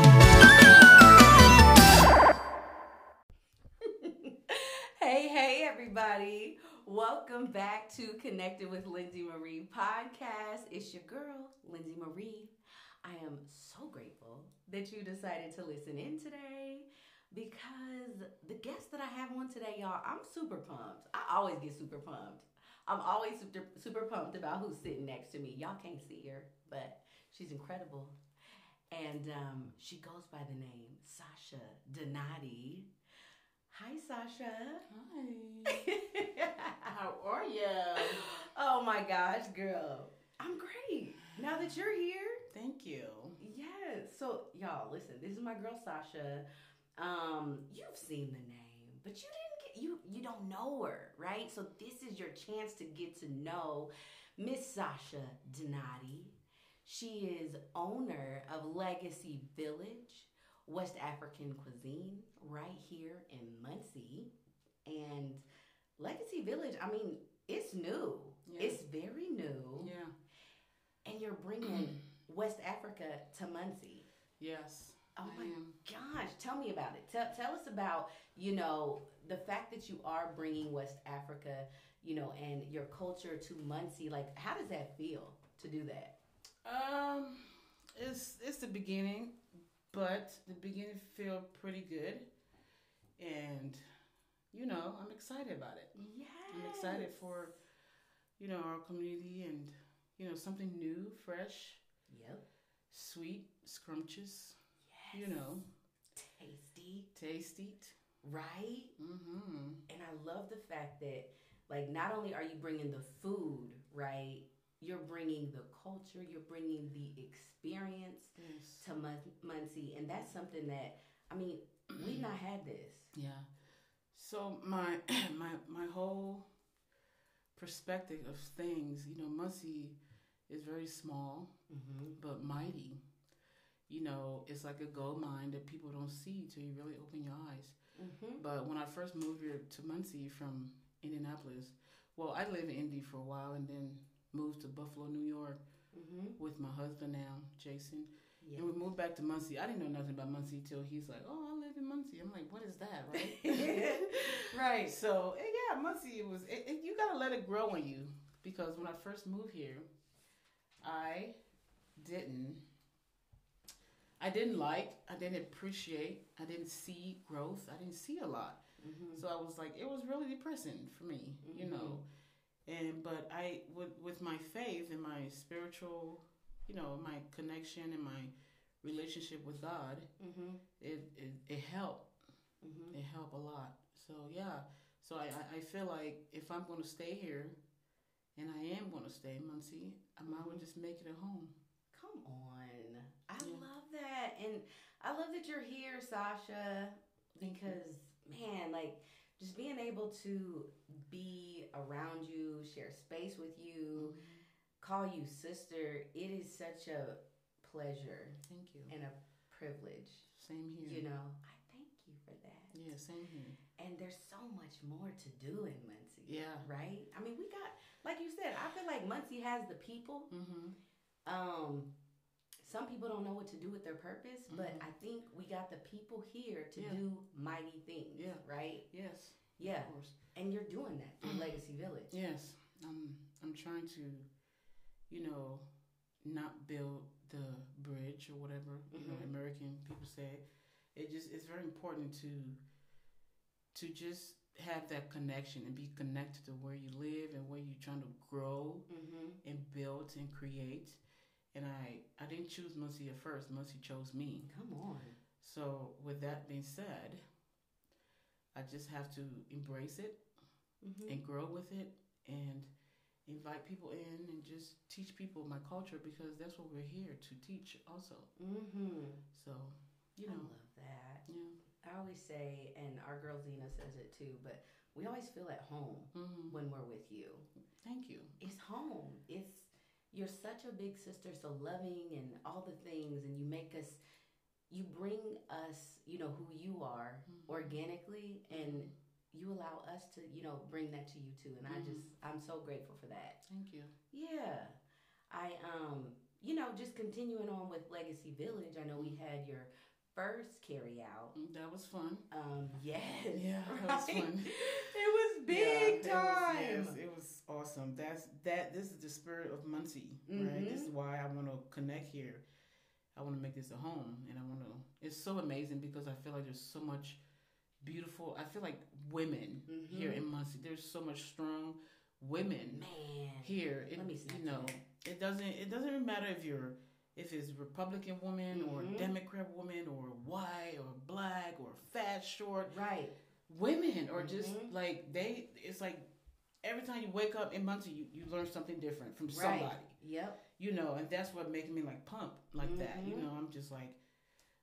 Welcome back to Connected with Lindsay Marie podcast. It's your girl, Lindsay Marie. I am so grateful that you decided to listen in today because the guest that I have on today, y'all, I'm super pumped. I always get super pumped. I'm always super, super pumped about who's sitting next to me. Y'all can't see her, but she's incredible. And um, she goes by the name Sasha Donati. Hi, Sasha. Hi. How are you? oh my gosh, girl. I'm great. Now that you're here. Thank you. Yes. So y'all, listen, this is my girl Sasha. Um, you've seen the name, but you didn't get you you don't know her, right? So this is your chance to get to know Miss Sasha Donati. She is owner of Legacy Village, West African cuisine, right here in Muncie. And Legacy Village, I mean, it's new. Yeah. It's very new. yeah. And you're bringing West Africa to Muncie. Yes. Oh I my am. gosh, tell me about it. Tell, tell us about, you know, the fact that you are bringing West Africa, you know, and your culture to Muncie. Like, how does that feel to do that? Um, it's it's the beginning, but the beginning feel pretty good, and you know I'm excited about it. Yes. I'm excited for you know our community and you know something new, fresh, Yep. sweet, scrumptious, Yes. you know, Tasty, tasty. right? Mm-hmm. and I love the fact that like not only are you bringing the food, right? You're bringing the culture, you're bringing the experience Yes. to Mun- Muncie, and that's something that I mean we not had this. Yeah. So my my my whole perspective of things, you know, Muncie is very small Mm-hmm. but mighty. You know, it's like a gold mine that people don't see till you really open your eyes. Mm-hmm. But when I first moved here to Muncie from Indianapolis, well, I lived in Indy for a while and then moved to Buffalo, New York Mm-hmm. with my husband now, Jason. And Yeah. we moved back to Muncie. I didn't know nothing about Muncie till he's like, "Oh, I live in Muncie." I'm like, "What is that?" Right? right. So eh, yeah, Muncie it was. It, it- you gotta let it grow on you because when I first moved here, I didn't. I didn't like. I didn't appreciate. I didn't see growth. I didn't see a lot. Mm-hmm. So I was like, it was really depressing for me, you know. And but I with with my faith and my spiritual, you know, my connection and my relationship with God, Mm-hmm. it it, it helped. Mm-hmm. It helped a lot. So yeah. So I I- I feel like if I'm going to stay here, and I am going to stay in Muncie, I might as Mm-hmm. well just make it a home. Come on. I Yeah. love that. And I love that you're here, Sasha, Thank you. because, man, like just being able to be around you, share space with you, call you sister, it is such a pleasure Thank you. and a privilege. Same here. You know, I thank you for that. Yeah, same here. And there's so much more to do in Muncie. Yeah. Right? I mean, we got, like you said, I feel like Muncie has the people Mm-hmm. um some people don't know what to do with their purpose but Mhm. i think we got the people here to Yeah. do mighty things Yeah. right Yes. yeah Of course. and you're doing that through Mm-hmm. legacy village Yes, I'm. I'm trying to, you know, not build the bridge or whatever you know Mhm. American people say. It just it's very important to, to just have that connection and be connected to where you live and where you're trying to grow mm-hmm. and build and create. And I I didn't choose Muncie at first. Muncie chose me. come on So with that being said, I just have to embrace it mm-hmm. and grow with it and invite people in and just teach people my culture because that's what we're here to teach also Mm-hmm. so you i know love that yeah i always say and our girl zena says it too but we always feel at home hmm when we're with you thank you it's home. It's you're such a big sister, so loving and all the things, and you make us, you bring us, you know, who you are Mhm. organically, and you allow us to, you know, bring that to you too. And I just, Mm-hmm. I'm so grateful for that. thank you Yeah. I um you know, just continuing on with Legacy Village, I know we had your first carry out. Mm, That was fun. Um, yes. Yeah, that was right? fun. It was Yeah, big time. It was, yes, it was awesome. That's that. This is the spirit of Muncie, right? Mhm. This is why I want to connect here. I want to make this a home, and I want to. It's so amazing because I feel like there's so much beautiful. I feel like women Mhm. here in Muncie. There's so much strong women Man. here. It, Let me see. you know, it doesn't. It doesn't even matter if you're if it's Republican woman or Mhm. Democrat woman or white or black or fat, short Right. women are just Mhm. like they it's like every time you wake up in Muncie you, you learn something different from Right. somebody Yep. you know and that's what making me like pump like that you Mhm. know i'm just like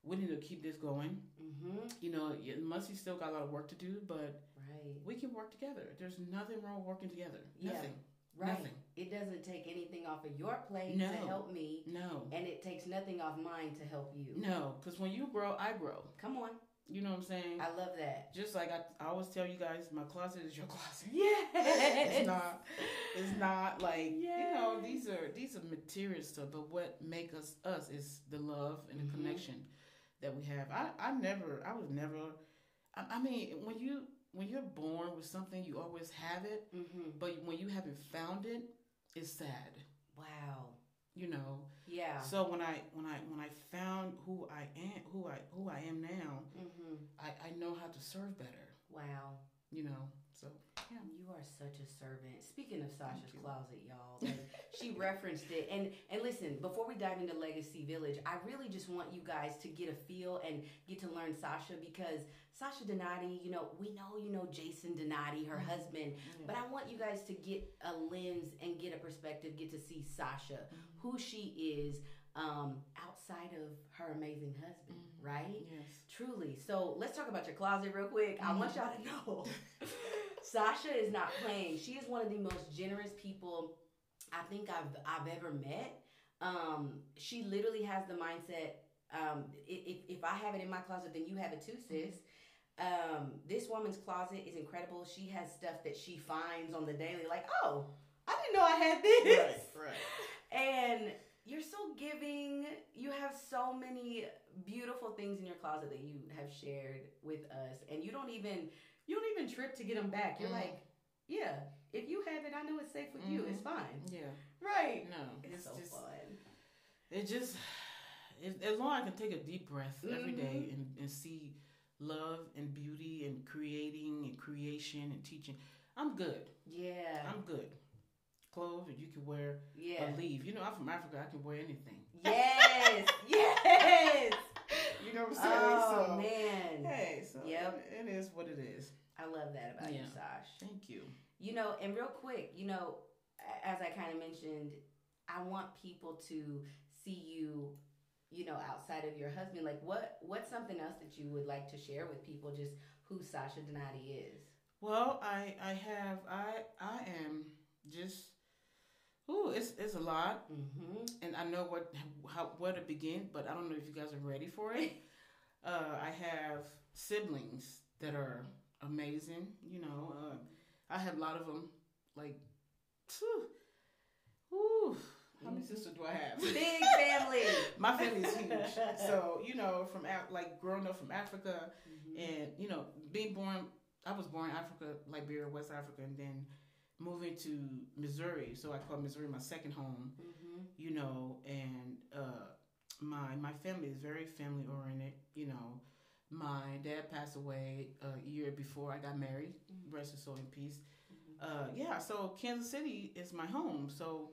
we need to keep this going Mm-hmm. you know yeah, Muncie still got a lot of work to do but Right. we can work together there's nothing wrong working together Yeah. nothing Right. nothing It doesn't take anything off of your plate No. to help me, no and it takes nothing off mine to help you. no because when you grow i grow Come on. you know what i'm saying I love that. just like I, I always tell you guys my closet is your closet Yes. it's not it's not like you know Yes. these are these are material stuff but what make us us is the love and the Mhm. connection that we have i i never i was never I, I mean when you when you're born with something you always have it Mm-hmm. but when you haven't found it it's sad Wow. you know Yeah. so when i when i when i found who i am who i who i am now Mm-hmm. i i know how to serve better Wow. you know so You are such a servant. Speaking of Sasha's you. closet, y'all, like, she referenced it. And and listen, before we dive into Legacy Village, I really just want you guys to get a feel and get to learn Sasha because Sasha Donati, you know, we know you know Jason Donati, her husband, but I want you guys to get a lens and get a perspective, get to see Sasha, who she is um, outside of her amazing husband, Mhm. right? yes Truly. So let's talk about your closet real quick. I want y'all to know Mm-hmm. Sasha is not playing. She is one of the most generous people I think I've I've ever met. Um, she literally has the mindset. Um, i- if if I have it in my closet, then you have it too, Mm-hmm. sis. Um, this woman's closet is incredible. She has stuff that she finds on the daily. Like, oh, I didn't know I had this right right and you're so giving. You have so many beautiful things in your closet that you have shared with us, and you don't even you don't even trip to get them back. You're Mhm. like, yeah, if you have it, I know it's safe with you. It's fine, yeah right? No, It's, so Mm-hmm. just, fun. It just, it, as long as I can take a deep breath every day Mhm. and, and see love and beauty and creating and creation and teaching, I'm good. Yeah, I'm good. Clothes that you can wear yeah, or leave. You know, I'm from Africa. I can wear anything. yes, yes. You know what Oh man, Hey, so Yep. it- it is what it is. I love that about you, Yeah. Sash. Thank you. You know, and real quick, you know, a- as I kind of mentioned, I want people to see you, you know, outside of your husband. Like, what what's something else that you would like to share with people? Just who Sasha Donati is. Well, I I have I I am just. Ooh, it's it's a lot, Mm-hmm. and I know what how where to begin, but I don't know if you guys are ready for it. uh, I have siblings that are amazing. You know, uh, I have a lot of them. Like, phew, whew, how many sisters do I have? Big family. My Mm-hmm. family is huge. So you know, from Af- like growing up from Africa, and you know, being born, I was born in Africa, Liberia, West Africa, and then moving to Missouri. So I call Missouri my second home Mm-hmm. you know, and uh, my my family is very family oriented. You know, my dad passed away uh, a year before I got married. Mhm. Rest his soul in peace. Uh, yeah, so Kansas City is my home. So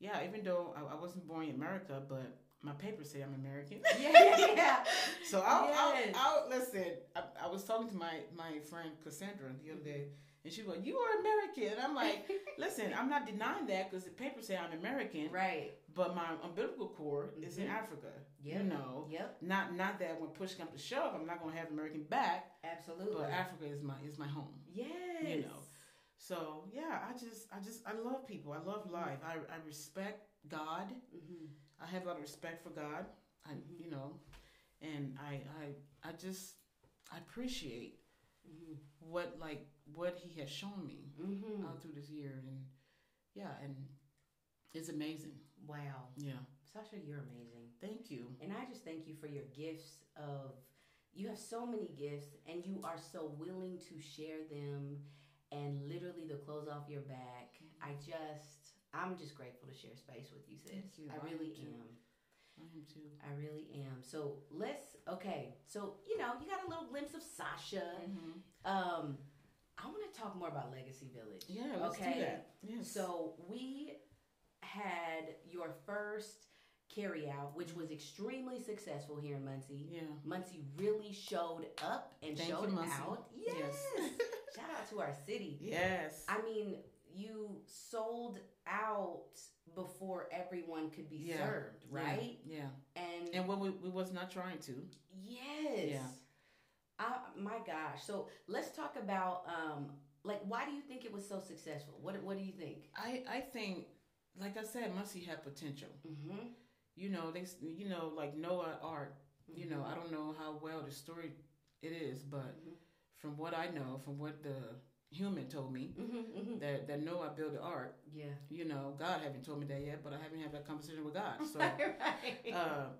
yeah, even though I, I wasn't born in America, but my papers say I'm American. Mm-hmm. Yeah, yeah. So I'll, Yes. I'll, I'll listen. I, I was talking to my my friend Cassandra the other day, and she was like, "You are American." And I'm like, "Listen, I'm not denying that because the papers say I'm American." right. but my umbilical cord is in Mhm. Africa. Yep. You know, Yep. not not that when push comes to shove, I'm not gonna have American back, Absolutely. but Africa is my is my home. yes. you know. So yeah, I just I just I love people. I love life. I I respect God. Mm-hmm. I have a lot of respect for God. I Mhm. you know, and I I I just I appreciate Mm-hmm. what like what He has shown me Mm-hmm. Um, out through this year, and yeah, and it's amazing. Wow. Yeah. Sasha, you're amazing. Thank you. And I just thank you for your gifts of you have so many gifts and you are so willing to share them and literally the clothes off your back. I just I'm just grateful to share space with you, sis. Thank you. I I really am too. am. I am too. I really am. So let's okay. So you know, you got a little glimpse of Sasha. Um I want to talk more about Legacy Village. Yeah, let's mm-hmm. Okay. do that. Yes. So we had your first carry out, which was extremely successful here in Muncie. yeah. Muncie really showed up and Thank showed you, Muncie. out. Yes. Shout out to our city. yes. I mean, you sold out before everyone could be Yeah. served, right? Yeah. And, And when we, we was not trying to. yes. Yeah. I, my gosh. So let's talk about um like why do you think it was so successful? What what do you think? I I think, like I said, Muncie had potential. Mhm. You know they s- you know like Noah Art. You know Mm-hmm. I don't know how well the story it is, but Mhm. from what I know, from what the human told me, Mhm, mhm. that that Noah built the art. Yeah. You know God haven't told me that yet, but I haven't had that conversation with God. So. right. uh,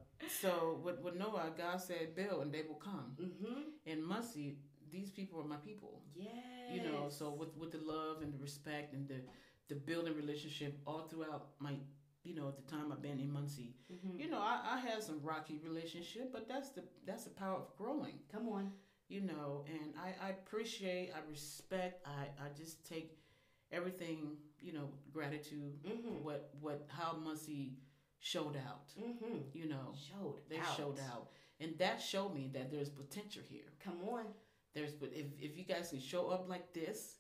so with, with Noah, God said, "Build, and they will come." mm-hmm. And Muncie, these people are my people. Yes. you know so with with the love and the respect and the the building relationship all throughout my you know the time i've been in muncie Mhm. you know i, I had some rocky relationship but that's the that's the power of growing Come on. you know and i, I appreciate i respect I, I just take everything you know gratitude Mm-hmm. what what how muncie showed out Mm-hmm. you know Showed. Oh. they out. showed out and that showed me that there's potential here Come on. there's but if, if you guys can show up like this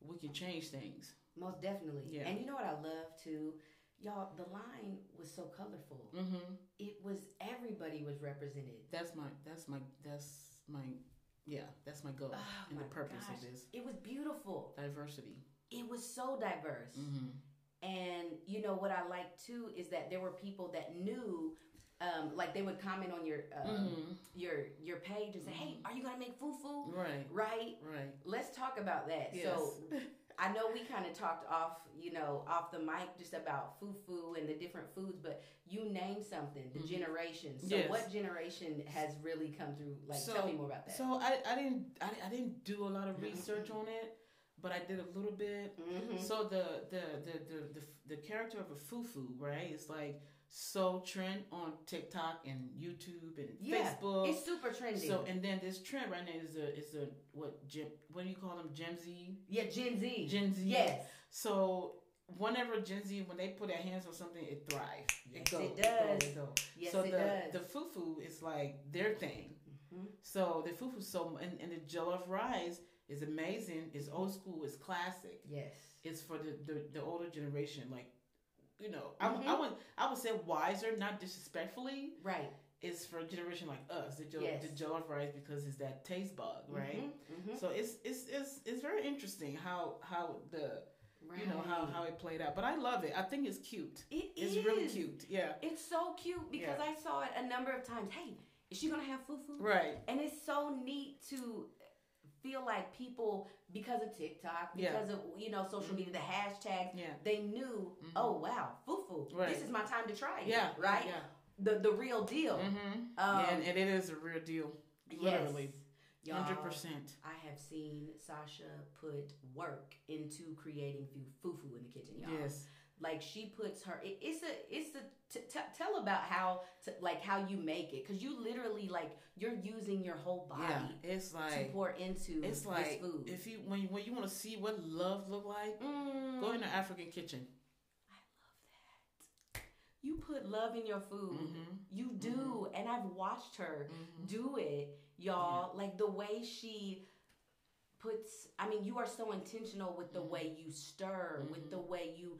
we can change things Most definitely. Yeah. And you know what I love too? Y'all, the line was so colorful. hmm It was everybody was represented. That's my that's my that's my yeah that's my goal Oh, and the my purpose gosh. of this It was beautiful. diversity. It was so diverse. Mm-hmm. And you know what I like too is that there were people that knew, um, like they would comment on your uh, Mm-hmm. your your page and say, "Hey, are you gonna make fufu?" Right, Right. right. Let's talk about that. Yes. So I know we kind of talked off, you know, off the mic just about fufu and the different foods, but you named something, the Mhm. generations. So Yes. what generation has really come through? Like, tell So- me more about that. so I, I didn't I, I didn't do a lot of Mhm. research on it, but I did a little bit. Mhm. So the the, the the the the character of a fufu right is like so trend on TikTok and YouTube and Yeah, Facebook. it's super trendy. so and then this trend right now is a is a what gem, what do you call them Gen Z yeah, Gen Z. Gen Z yes, So whenever Gen Z, when they put their hands on something, it thrives. Yes, go, it go, does. it go. yes, so it the does. the fufu is like their thing. Mhm. So the fufu so and, and the jollof rice is amazing. It's old school. It's classic. Yes, It's for the the, the older generation. Like you know, I w I Mhm. I, would I would say wiser, not disrespectfully. right. It's for a generation like us. The jollof, Yes. the jollof rice because it's that taste bug, right? Mhm. Mhm. So it's it's it's it's very interesting how how the Right. you know how, how it played out but i love it i think it's cute It it's is. really cute yeah It's so cute because I saw it a number of times. Hey, is she gonna have fufu? right And it's so neat to feel like people, because of TikTok, Yeah. Mm-hmm. because of you know social media, the hashtags, yeah they knew. Mhm. Oh wow, fufu! Right. This is my time to try it. yeah right. yeah The the real deal. mm-hmm. Um, and, and it is a real deal literally yes, 100% y'all, percent I have seen Sasha put work into creating fu- fufu in the kitchen, y'all. yes Like she puts her. It, it's a. It's a. T- t- tell about how. T- like how you make it, because you literally like you're using your whole body. yeah it's to like pour into it's like this food. if you when, when you want to see what love look like Mm. go in the african kitchen I love that. You put love in your food. mm-hmm. You do, and I've watched her Mm-hmm. do it, y'all. Like the way she puts. I mean, you are so intentional with the Mhm. way you stir, with Mhm. the way you.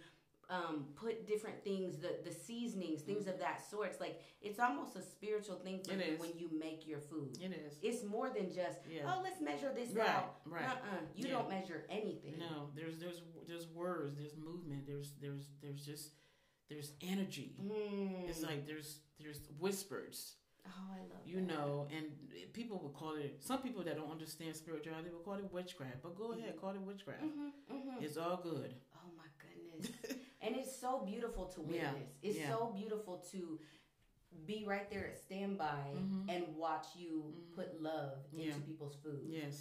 Um, put different things, the the seasonings, things of that sort. It's like it's almost a spiritual thing for Mm-hmm. It you is. when you make your food. it is It's more than just yeah oh, let's measure this right out. right Uh-uh. You Yeah. don't measure anything. no there's there's there's words there's movement there's there's there's just there's energy Mm. It's like there's there's whispers, oh, I love you that. know, and people would call it. Some people that don't understand Mm-hmm. spirituality will call it witchcraft. But go ahead, call it witchcraft. Mhm, mhm. It's all good. Oh my goodness. is. and it's so beautiful to witness. Yeah, It's yeah. so beautiful to be right there at standby Mhm. and watch you Mhm. put love into Yeah. people's food. Yes.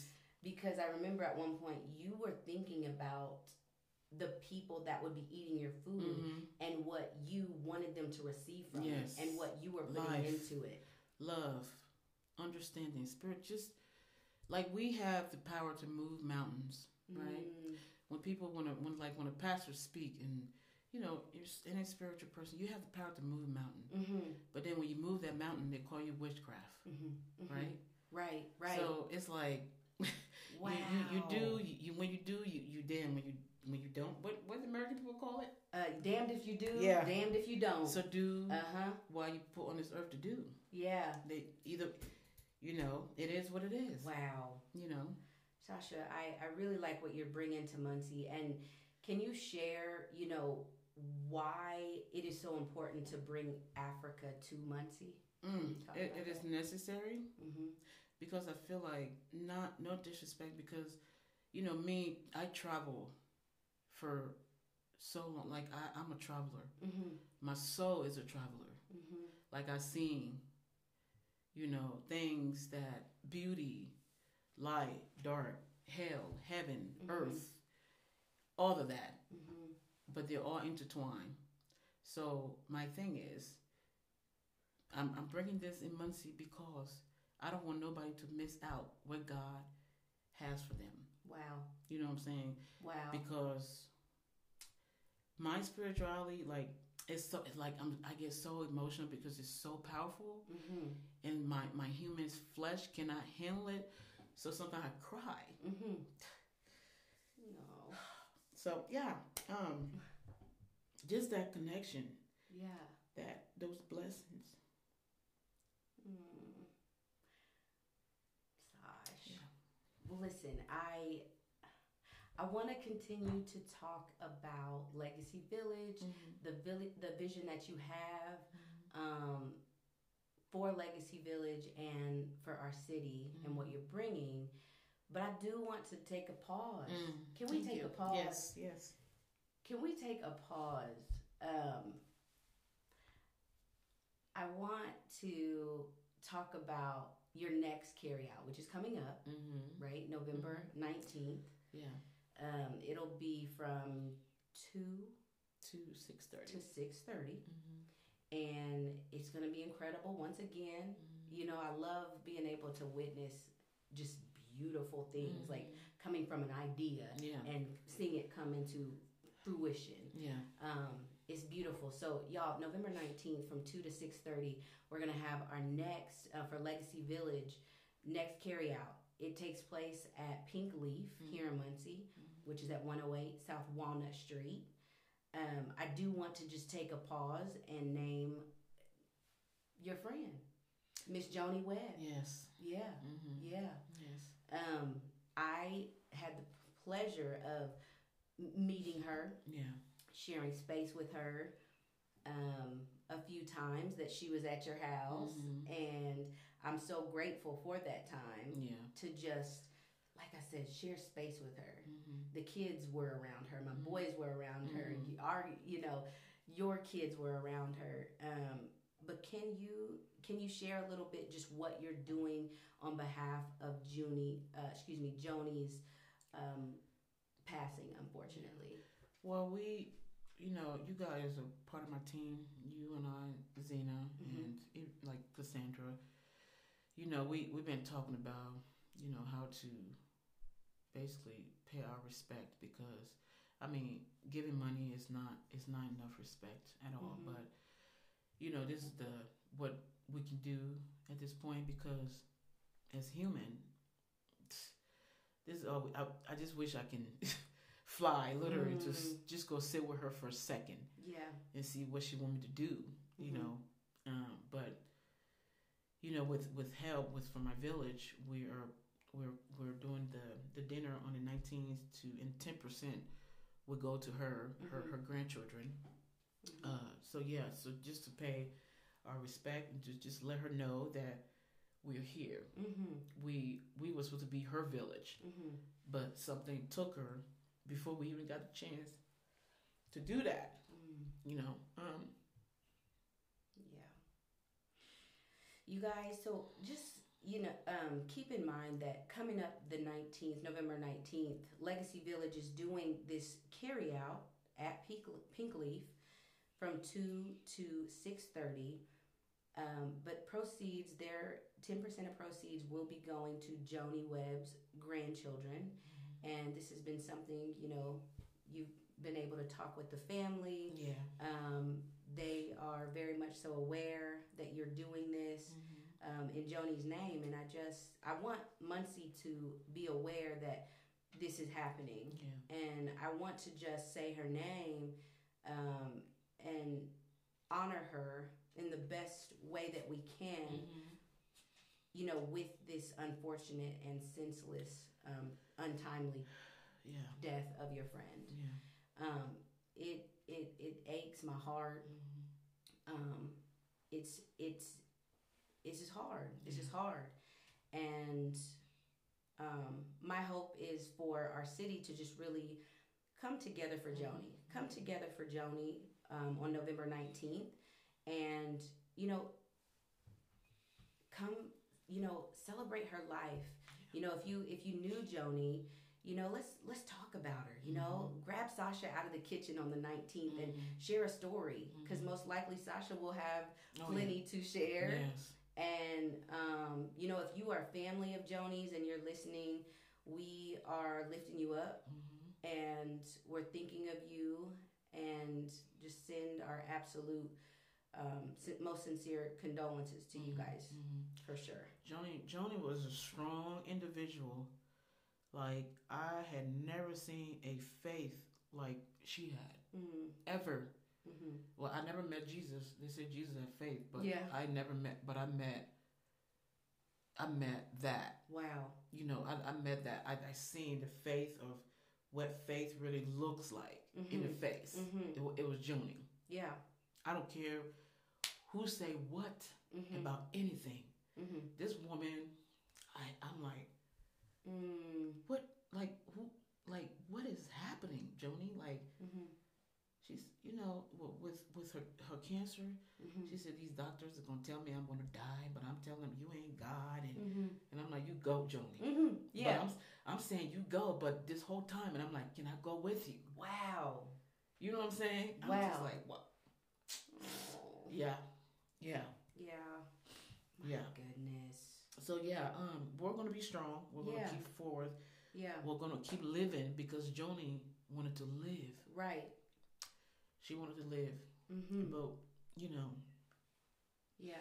Because I remember at one point you were thinking about the people that would be eating your food Mhm. and what you wanted them to receive from Yes. it and what you were putting Life. into it. Love, understanding, spirit. Just like we have the power to move mountains. Right. Mm. When people want to, when like when a pastor speak and you know, you're s- any spiritual person, you have the power to move mountains. Mhm. But then when you move that mountain, they call you witchcraft, Mhm. Mhm. right? Right. Right. So it's like wow. you, you, you do you, you when you do you you damn when you when you don't what what do American people call it? Uh, damned if you do. Yeah. Damned if you don't. So do uh huh. while you put on this earth to do. Yeah. They either you know it is what it is. Wow. You know. Sasha, I, I really like what you're bringing to Muncie. And can you share, you know, why it is so important to bring Africa to Muncie? Mm, Talk it, about it is necessary Mm-hmm. because I feel like not no disrespect because you know me I travel for so long like I, I'm a traveler Mm-hmm. my soul is a traveler Mm-hmm. like I seen, you know, things that beauty, light, dark, hell, heaven, Mhm. earth, all of that, Mm-hmm. but they're all intertwined. So my thing is, I'm, I'm bringing this in Muncie because I don't want nobody to miss out what God has for them. Wow. You know what I'm saying? Wow. Because my spirituality, like, it's so it's like I'm, I get so emotional because it's so powerful Mm-hmm. and my my human's flesh cannot handle it so sometimes i cry Mm-hmm. No. so yeah um just that connection Yeah. that those blessings Mm. Sash. Yeah. Listen, I I want to continue to talk about Legacy Village the village, the vision that you have um, for Legacy Village and for our city and what you're bringing. But I do want to take a pause. Mm. Can we Thank take you. a pause? yes yes Can we take a pause? Um, I want to talk about your next carryout, which is coming up, mm-hmm. right? November 19th. yeah Um, it'll be from 2 to 630 to 6.30. Mm-hmm. and it's going to be incredible once again Mm-hmm. you know i love being able to witness just beautiful things like coming from an idea Mm-hmm. yeah and seeing it come into fruition Mm-hmm. yeah um, it's beautiful so y'all november 19th from 2 to 6.30 we're going to have our next uh, for legacy village next carry out it takes place at pink leaf here in muncie which is at 108 south walnut street um, i do want to just take a pause and name your friend miss joni webb yes yeah mm-hmm. yeah yes um, i had the pleasure of m- meeting her yeah sharing space with her um, a few times that she was at your house Mhm. and i'm so grateful for that time yeah to just like i said share space with her mm-hmm. the kids were around her my Mhm. boys were around her Mhm. you- our you know your kids were around her um, but can you can you share a little bit just what you're doing on behalf of Junie uh, excuse me Joni's um, passing unfortunately well we you know you guys are part of my team you and i Zena and e- like Cassandra you know, we we've been talking about you know how to basically pay our respect because I mean, giving money is not is not enough respect at all. Mhm. But you know, this is the what we can do at this point because as human, this is all. I, I just wish I can fly, literally, just just go sit with her for a second yeah and see what she want me to do, you Mhm. know. Um, but you know, with with help with from my village, we are we're we're doing the the dinner on the nineteenth to and ten percent would go to her her her grandchildren. Mhm. Uh, so yeah, so just to pay our respect and just just let her know that we're here. mhm We we were supposed to be her village, mhm but something took her before we even got the chance to do that. Mm. You know, um, Yeah. You guys, so just you know, um, keep in mind that coming up the nineteenth, November nineteenth, Legacy Village is doing this carry out at Pink, Pink Leaf from two to six thirty. Um, but proceeds, their ten percent of proceeds will be going to Joni Webb's grandchildren, and this has been something you know you've been able to talk with the family. yeah. Um, they are very much so aware that you're doing this um, in Joni's name, and I just I want Muncie to be aware that this is happening, Yeah. and I want to just say her name um, and honor her in the best way that we can, you know, with this unfortunate and senseless, um, untimely Yeah. death of your friend. Yeah. Um, it it it aches my heart. um, it's it's it's just hard. It's just hard, and um, my hope is for our city to just really come together for Joni. Come together for Joni um, on November nineteenth, and you know, come you know celebrate her life. You know, if you if you knew Joni. You know, let's let's talk about her. You know, grab Sasha out of the kitchen on the Oh, 19th and share a story because Mhm. most likely Sasha will have Oh, plenty to yeah. share. Yes. And um, you know, if you are a family of Jonies and you're listening, we are lifting you up Mhm. and we're thinking of you and just send our absolute um, sin- most sincere condolences to you Mhm. guys Mhm. for sure. Joni Joni was a strong individual. Like I had never seen a faith like she had Mm-hmm. ever. Well, I never met Jesus. They say Jesus had faith, but Yeah. I never met. But I met. I met that. Wow. You know, I, I met that. I, I seen the faith of what faith really looks like in the face. Mhm. It, wa- it was Joni. Yeah. I don't care who say what Mm-hmm. about anything. Mm-hmm. This woman, I, I'm like, Mm-hmm. what? Like who? Like what is happening, Joni? Like she's, you know, w- with with her her cancer. She said, These doctors are gonna tell me I'm gonna die, but I'm telling them you ain't God and, Mm-hmm. and I'm like, You go, Joni. Mm-hmm. But Yeah. I'm, I'm saying you go, but this whole time and I'm like, Can I go with you? Wow. You know what I'm saying? I'm just Wow. like, What Yeah. Yeah. Yeah. Yeah. Goodness. So yeah, um, we're gonna be strong. We're gonna Yeah. keep forward. Yeah. We're gonna keep living because Joni wanted to live. Right. She wanted to live. Mm-hmm. But you know, Yeah.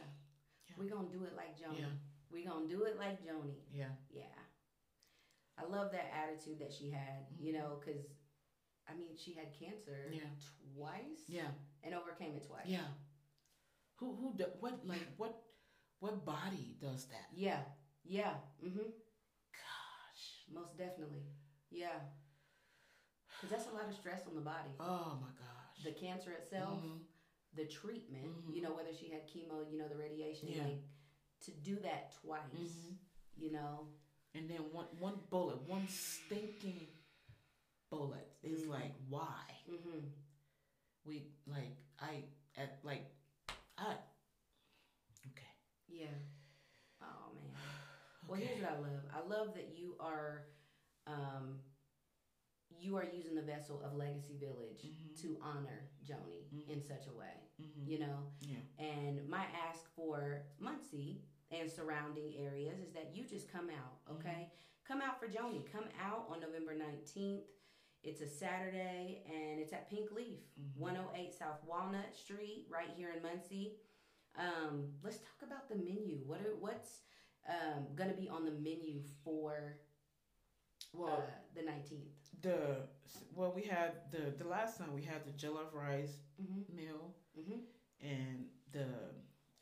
Yeah. We're gonna do it like Joni. yeah, We're gonna do it like Joni. yeah. Yeah. I love that attitude that she had, you Mhm. know, because I mean she had cancer Yeah. twice. Yeah. And overcame it twice. Yeah. Who who do, what like what what body does that? Yeah. Yeah. Mm-hmm. Gosh. Most definitely. Yeah. Because that's a lot of stress on the body. Oh my gosh. The cancer itself. Mhm. the treatment, Mhm. you know, whether she had chemo, you know, the radiation, Yeah. like to do that twice, Mhm. you know. And then one one bullet, one stinking bullet is Mhm. like why Mm-hmm. we like I at like I okay Yeah. Oh man. Well, okay here's what I love. I love that you are, um, you are using the vessel of Legacy Village Mhm. to honor Joni Mhm. in such a way, Mhm. you know. yeah And my ask for Muncie and surrounding areas is that you just come out, Mm-hmm. okay? Come out for Joni. Come out on November 19th. It's a Saturday and it's at Pink Leaf, Mhm. 108 South Walnut Street, right here in Muncie. Um, let's talk about the menu. What are, what's um, gonna be on the menu for well uh, the 19th? the well we had the the last time we had the jello rice Mm-hmm. meal Mhm. and the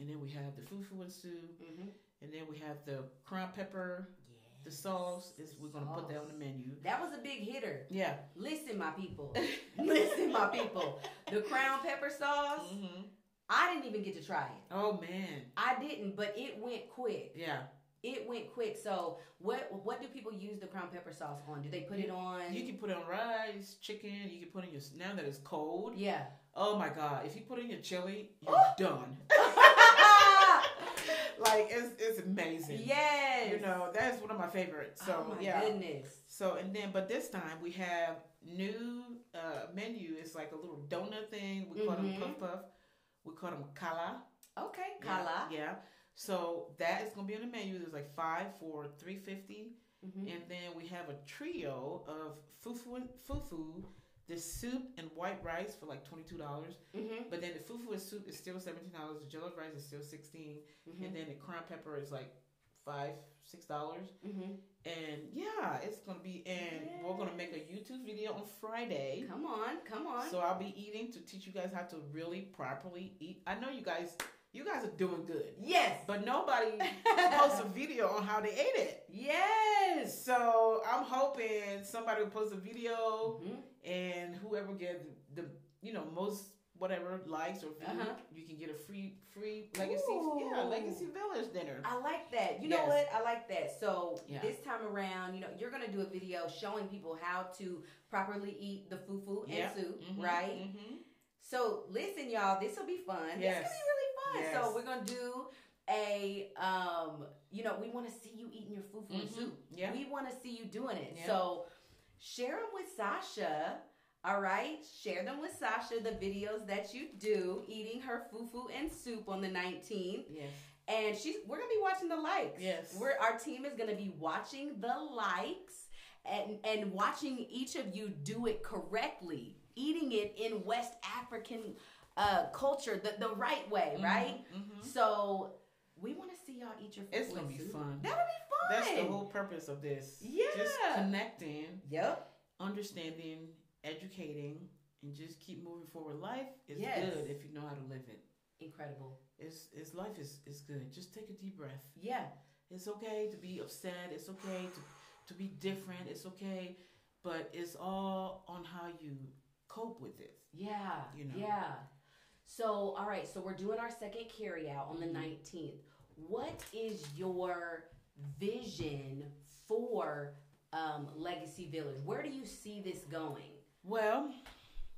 and then we had the fufu and soup Mm-hmm. and then we have the crown pepper Yeah. the sauce is we're gonna put that on the menu That was a big hitter. yeah Listen, my people. Listen, my people. The crown pepper sauce, Mhm. I didn't even get to try it. oh man I didn't, but it went quick. yeah It went quick. So what what do people use the crown pepper sauce on? Do they put it on? You can put it on rice, chicken. You can put it in your now that it's cold. yeah. Oh my god! If you put it in your chili, you're done. like it's it's amazing. yes. You know that's one of my favorites. So oh my yeah. goodness. So and then but this time we have new uh, menu. It's like a little donut thing. We call them Mhm. puff puff. We call them kala. Okay, Yeah, Kala. Yeah. So that is gonna be on the menu. There's like five for three fifty. Mhm. And then we have a trio of fufu, and- fufu, the soup and white rice for like twenty two dollars. Mhm. But then the fufu and soup is still seventeen dollars. The jello rice is still 16 Mhm. and then the crown pepper is like five six dollars. Mhm. And yeah, it's gonna be. And we're gonna make a YouTube video on Friday. mm-hmm. Come on, come on. So I'll be eating to teach you guys how to really properly eat. I know you guys, you guys are doing good, yes. but nobody posts a video on how they ate it. yes. So I'm hoping somebody will post a video Mhm. and whoever get the you know most whatever likes or views, Uh-huh. you can get a free free legacy yeah Ooh. legacy village dinner. I like that. You know Yes. what? I like that. So Yeah. this time around, you know, you're gonna do a video showing people how to properly eat the fufu and Yeah. soup, Mhm, right? mhm. So listen, y'all, this will be fun. This Yes. is gonna be really fun. So Yes. we're gonna do a um, you know, we wanna see you eating your fufu and Mhm. soup. Yeah. We wanna see you doing it. Yeah. So share them with Sasha. All right, share them with Sasha the videos that you do eating her fufu and soup on the 19th, Yes. and she's we're gonna be watching the likes. Yes. we're our team is gonna be watching the likes and and watching each of you do it correctly, eating it in West African uh, culture the the right way, right? Mhm, mhm. So we want to see y'all eat your. Fufu It's gonna and be soup. fun. That'll be fun. That's the whole purpose of this. Just Yeah. connecting, Yep. understanding, educating, and just keep moving forward. Life is Yes. good if you know how to live it. Incredible. It's, it's life is, is good. Just take a deep breath. Yeah. It's okay to be upset. It's okay to, to be different. It's okay, but it's all on how you cope with it. Yeah. You know. Yeah. So, all right. So, we're doing our second carry out on the Mhm. 19th. What is your vision for um, Legacy Village? Where do you see this going? Well,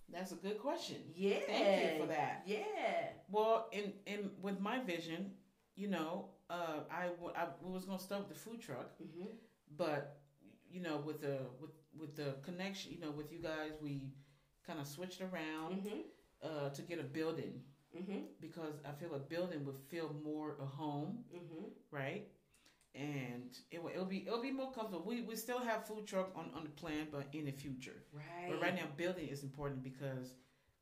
that's a good question. Yeah. Thank you for that. Yeah. Well, in in with my vision, you know, uh, I, w- I was gonna start with the food truck, hmm but you know, with the with with the connection, you know, with you guys, we kind of switched around hmm uh, to get a building hmm because I feel a building would feel more a home. hmm right? And it will it'll be it'll be more comfortable. We we still have food truck on on the plan, but in the future. Right. But right now, building is important because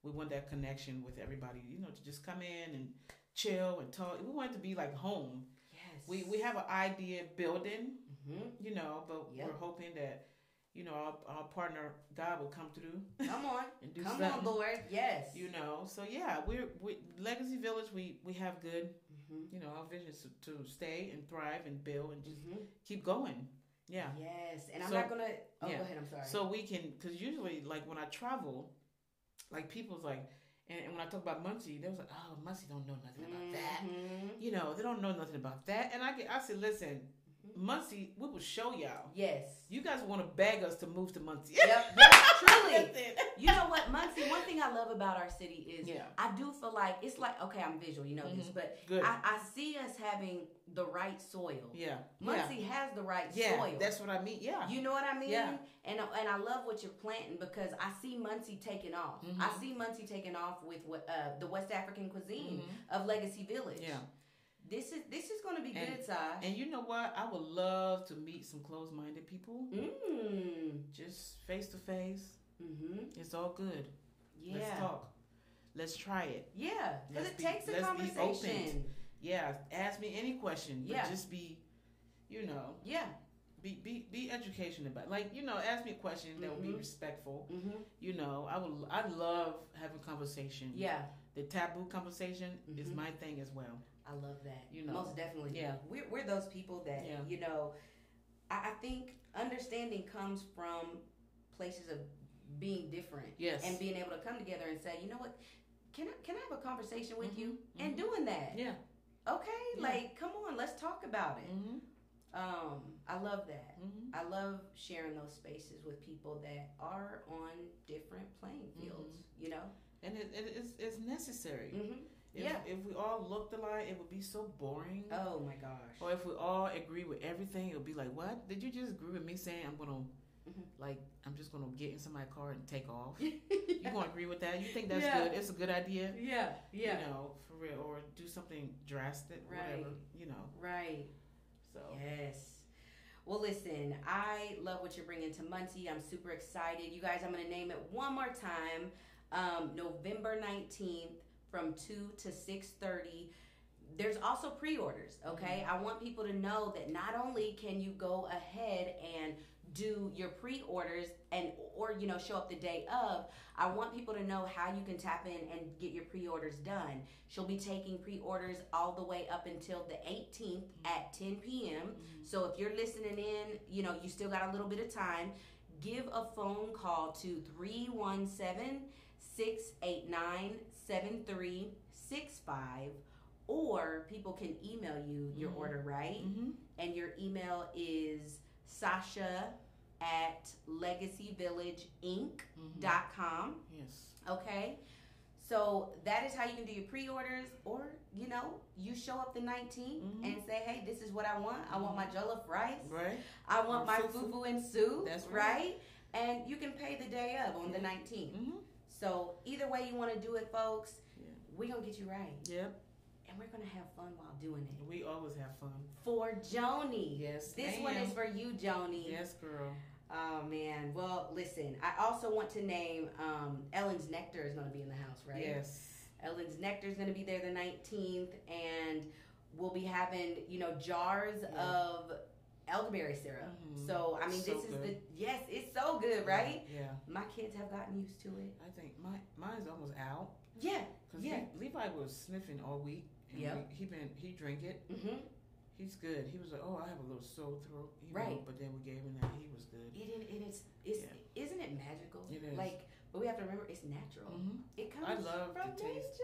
we want that connection with everybody. You know, to just come in and chill and talk. We want it to be like home. Yes. We we have an idea of building, Mhm. you know, but Yep. we're hoping that you know our, our partner God will come through Come on. and do Come on, something. Lord. Yes. you know, so yeah, we're we Legacy Village. We we have good. hmm You know, our vision is to, to stay and thrive and build and just hmm keep going. Yeah. Yes. And I'm So- not going to. Oh, yeah. go ahead. I'm sorry. So we can, because usually, like when I travel, like people's like, and, and when I talk about Muncie, they was like, oh, Muncie don't know nothing about that. Mhm. mm-hmm. You know, they don't know nothing about that. And I get, I said, listen, Mm-hmm. Muncie, we will show y'all. Yes. You guys want to beg us to move to Muncie. Yep, yep, truly. That's it. You know what, Muncie? One thing I love about our city is Yeah. Mm-hmm. I do feel like it's like okay, I'm visual, you know this, but Good. I, I see us having the right soil. yeah. Muncie has the right yeah. soil. Yeah. That's what I mean. Yeah. you know what I mean? Yeah. And uh, and I love what you're planting because I see Muncie taking off. Mhm. I see Muncie taking off with what uh, the West African cuisine Mhm. of Legacy Village. Yeah. This is this is going to be And- good, Si. And you know what? I would love to meet some closed minded people. Mm. Just face to face. Mm-hmm. It's all good. Yeah. Let's talk. Let's try it. Yeah. Because Let's it be- takes a let's be open. conversation. Yeah, ask me any question. But Yeah. just be, you know, Yeah. be be be educational about. Like you know, ask me a question that will be Mhm. respectful. Mm-hmm. You know, I will. I love having conversation. Yeah. the taboo conversation is Mhm. my thing as well. I love that. You know. most definitely. Yeah. we're we're those people that Yeah. you know. I, I think understanding comes from places of being different Yes. and being able to come together and say, you know what, can I can I have a conversation with you Mhm, and doing that? Yeah. Okay, Yeah. like come on, let's talk about it. hmm Um, I love that. Mm-hmm. I love sharing those spaces with people that are on different playing Mm-hmm. fields, you know? And it, it, it's, it's necessary. Mm-hmm. If, Yeah. if we all looked alike, it would be so boring. Oh my gosh. Or if we all agree with everything, it'll be like, what? Did you just agree with me saying I'm gonna, Mhm. like, I'm just gonna get in somebody's car and take off? You gonna agree with that? You think that's Yeah. good? It's a good idea. yeah, yeah. You know, for real, or do something drastic, whatever. Right. You know, Right. so Yes. Well, listen, I love what you're bringing to Muncie. I'm super excited. You guys, I'm going to name it one more time. Um, November 19th from 2 to 6.30. There's also pre-orders, okay? I want people to know that not only can you go ahead and do your pre-orders and or you know show up the day of i want people to know how you can tap in and get your pre-orders done she'll be taking pre-orders all the way up until the 18th at 10 p.m so if you're listening in, you know, you still got a little bit of time. Give a phone call to 317 689 7365, or people can email you your Mhm. order, right? hmm And your email is sasha at legacyvillageinc.com. yes, Okay. So that is how you can do your pre-orders, or you know, you show up the 19th Mhm. and say, "Hey, this is what I want. I want my jollof rice. Mm-hmm. right? I want my My fufu. fufu and soup. That's right. right. And you can pay the day of on the 19th. Mm-hmm. So either way you want to do it, folks, Yeah. we're gonna get you right, Yep, and we're gonna have fun while doing it. we always have fun. For Joni, Yes, this ma'am. one is for you, Joni. yes, girl. Oh man. Well, listen, I also want to name um, Ellen's Nectar is gonna be in the house, right? Yes, Ellen's Nectar's going to be there the 19th, and we'll be having, you know, jars Yeah. of elderberry syrup. Mhm. Mm-hmm. So, I mean, So this is the, good. yes, it's so good, right? Yeah, My kids have gotten used to it. I think my mine's almost out Yeah. because Yeah. Levi was sniffing all week. and Yep. we- he been he drink it. Mm-hmm. He's good. He was like, oh, I have a little sore throat. You know, Right. but then we gave him that. He was good. It, is- it is, it's, isn't it Mm-hmm. magical? It is. Like, but we have to remember it's natural. hmm It comes I love from the nature. taste.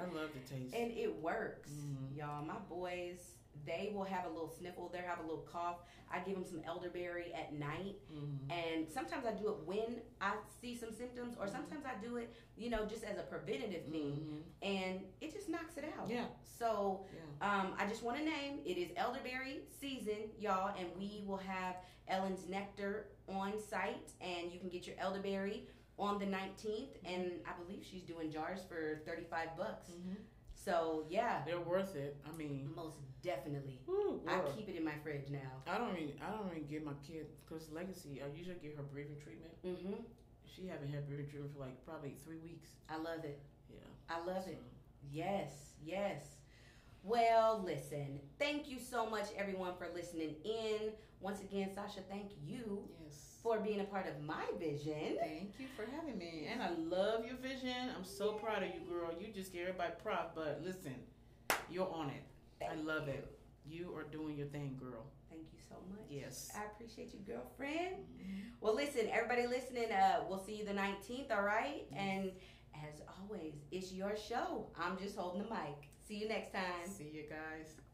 I love the taste. and it works, Mhm. y'all. My boys, they will have a little sniffle, they'll have a little cough. I give them some elderberry at night. Mhm. And sometimes I do it when I see some symptoms, or sometimes I do it, you know, just as a preventative thing, Mhm. and it just knocks it out. Yeah, So yeah. um, I just want to name it is elderberry season, y'all, and we will have Ellen's Nectar on site, and you can get your elderberry on the 19th, Mm-hmm. and I believe she's doing jars for 35 bucks. So yeah, They're worth it. I mean, most definitely. whew, Mm-hmm. I girl. keep it in my fridge now. I don't even I don't even give my kid because legacy. I usually give her breathing treatment. hmm She haven't had breathing treatment for like probably three weeks. I love it. Yeah, I love it. so. Yes, yes. Well, listen, thank you so much, everyone, for listening in. Once again, Sasha, thank you Yes. for being a part of my vision. Thank you for having me. And I love your vision. I'm so proud of you, girl. You just get everybody proud, but listen, you're on it. I Thank love you. it. You are doing your thing, girl. Thank you so much. Yes. I appreciate you, girlfriend. Well, listen, everybody listening, uh, we'll see you the 19th, all right? And as always, it's your show. I'm just holding the mic. See you next time. See you guys.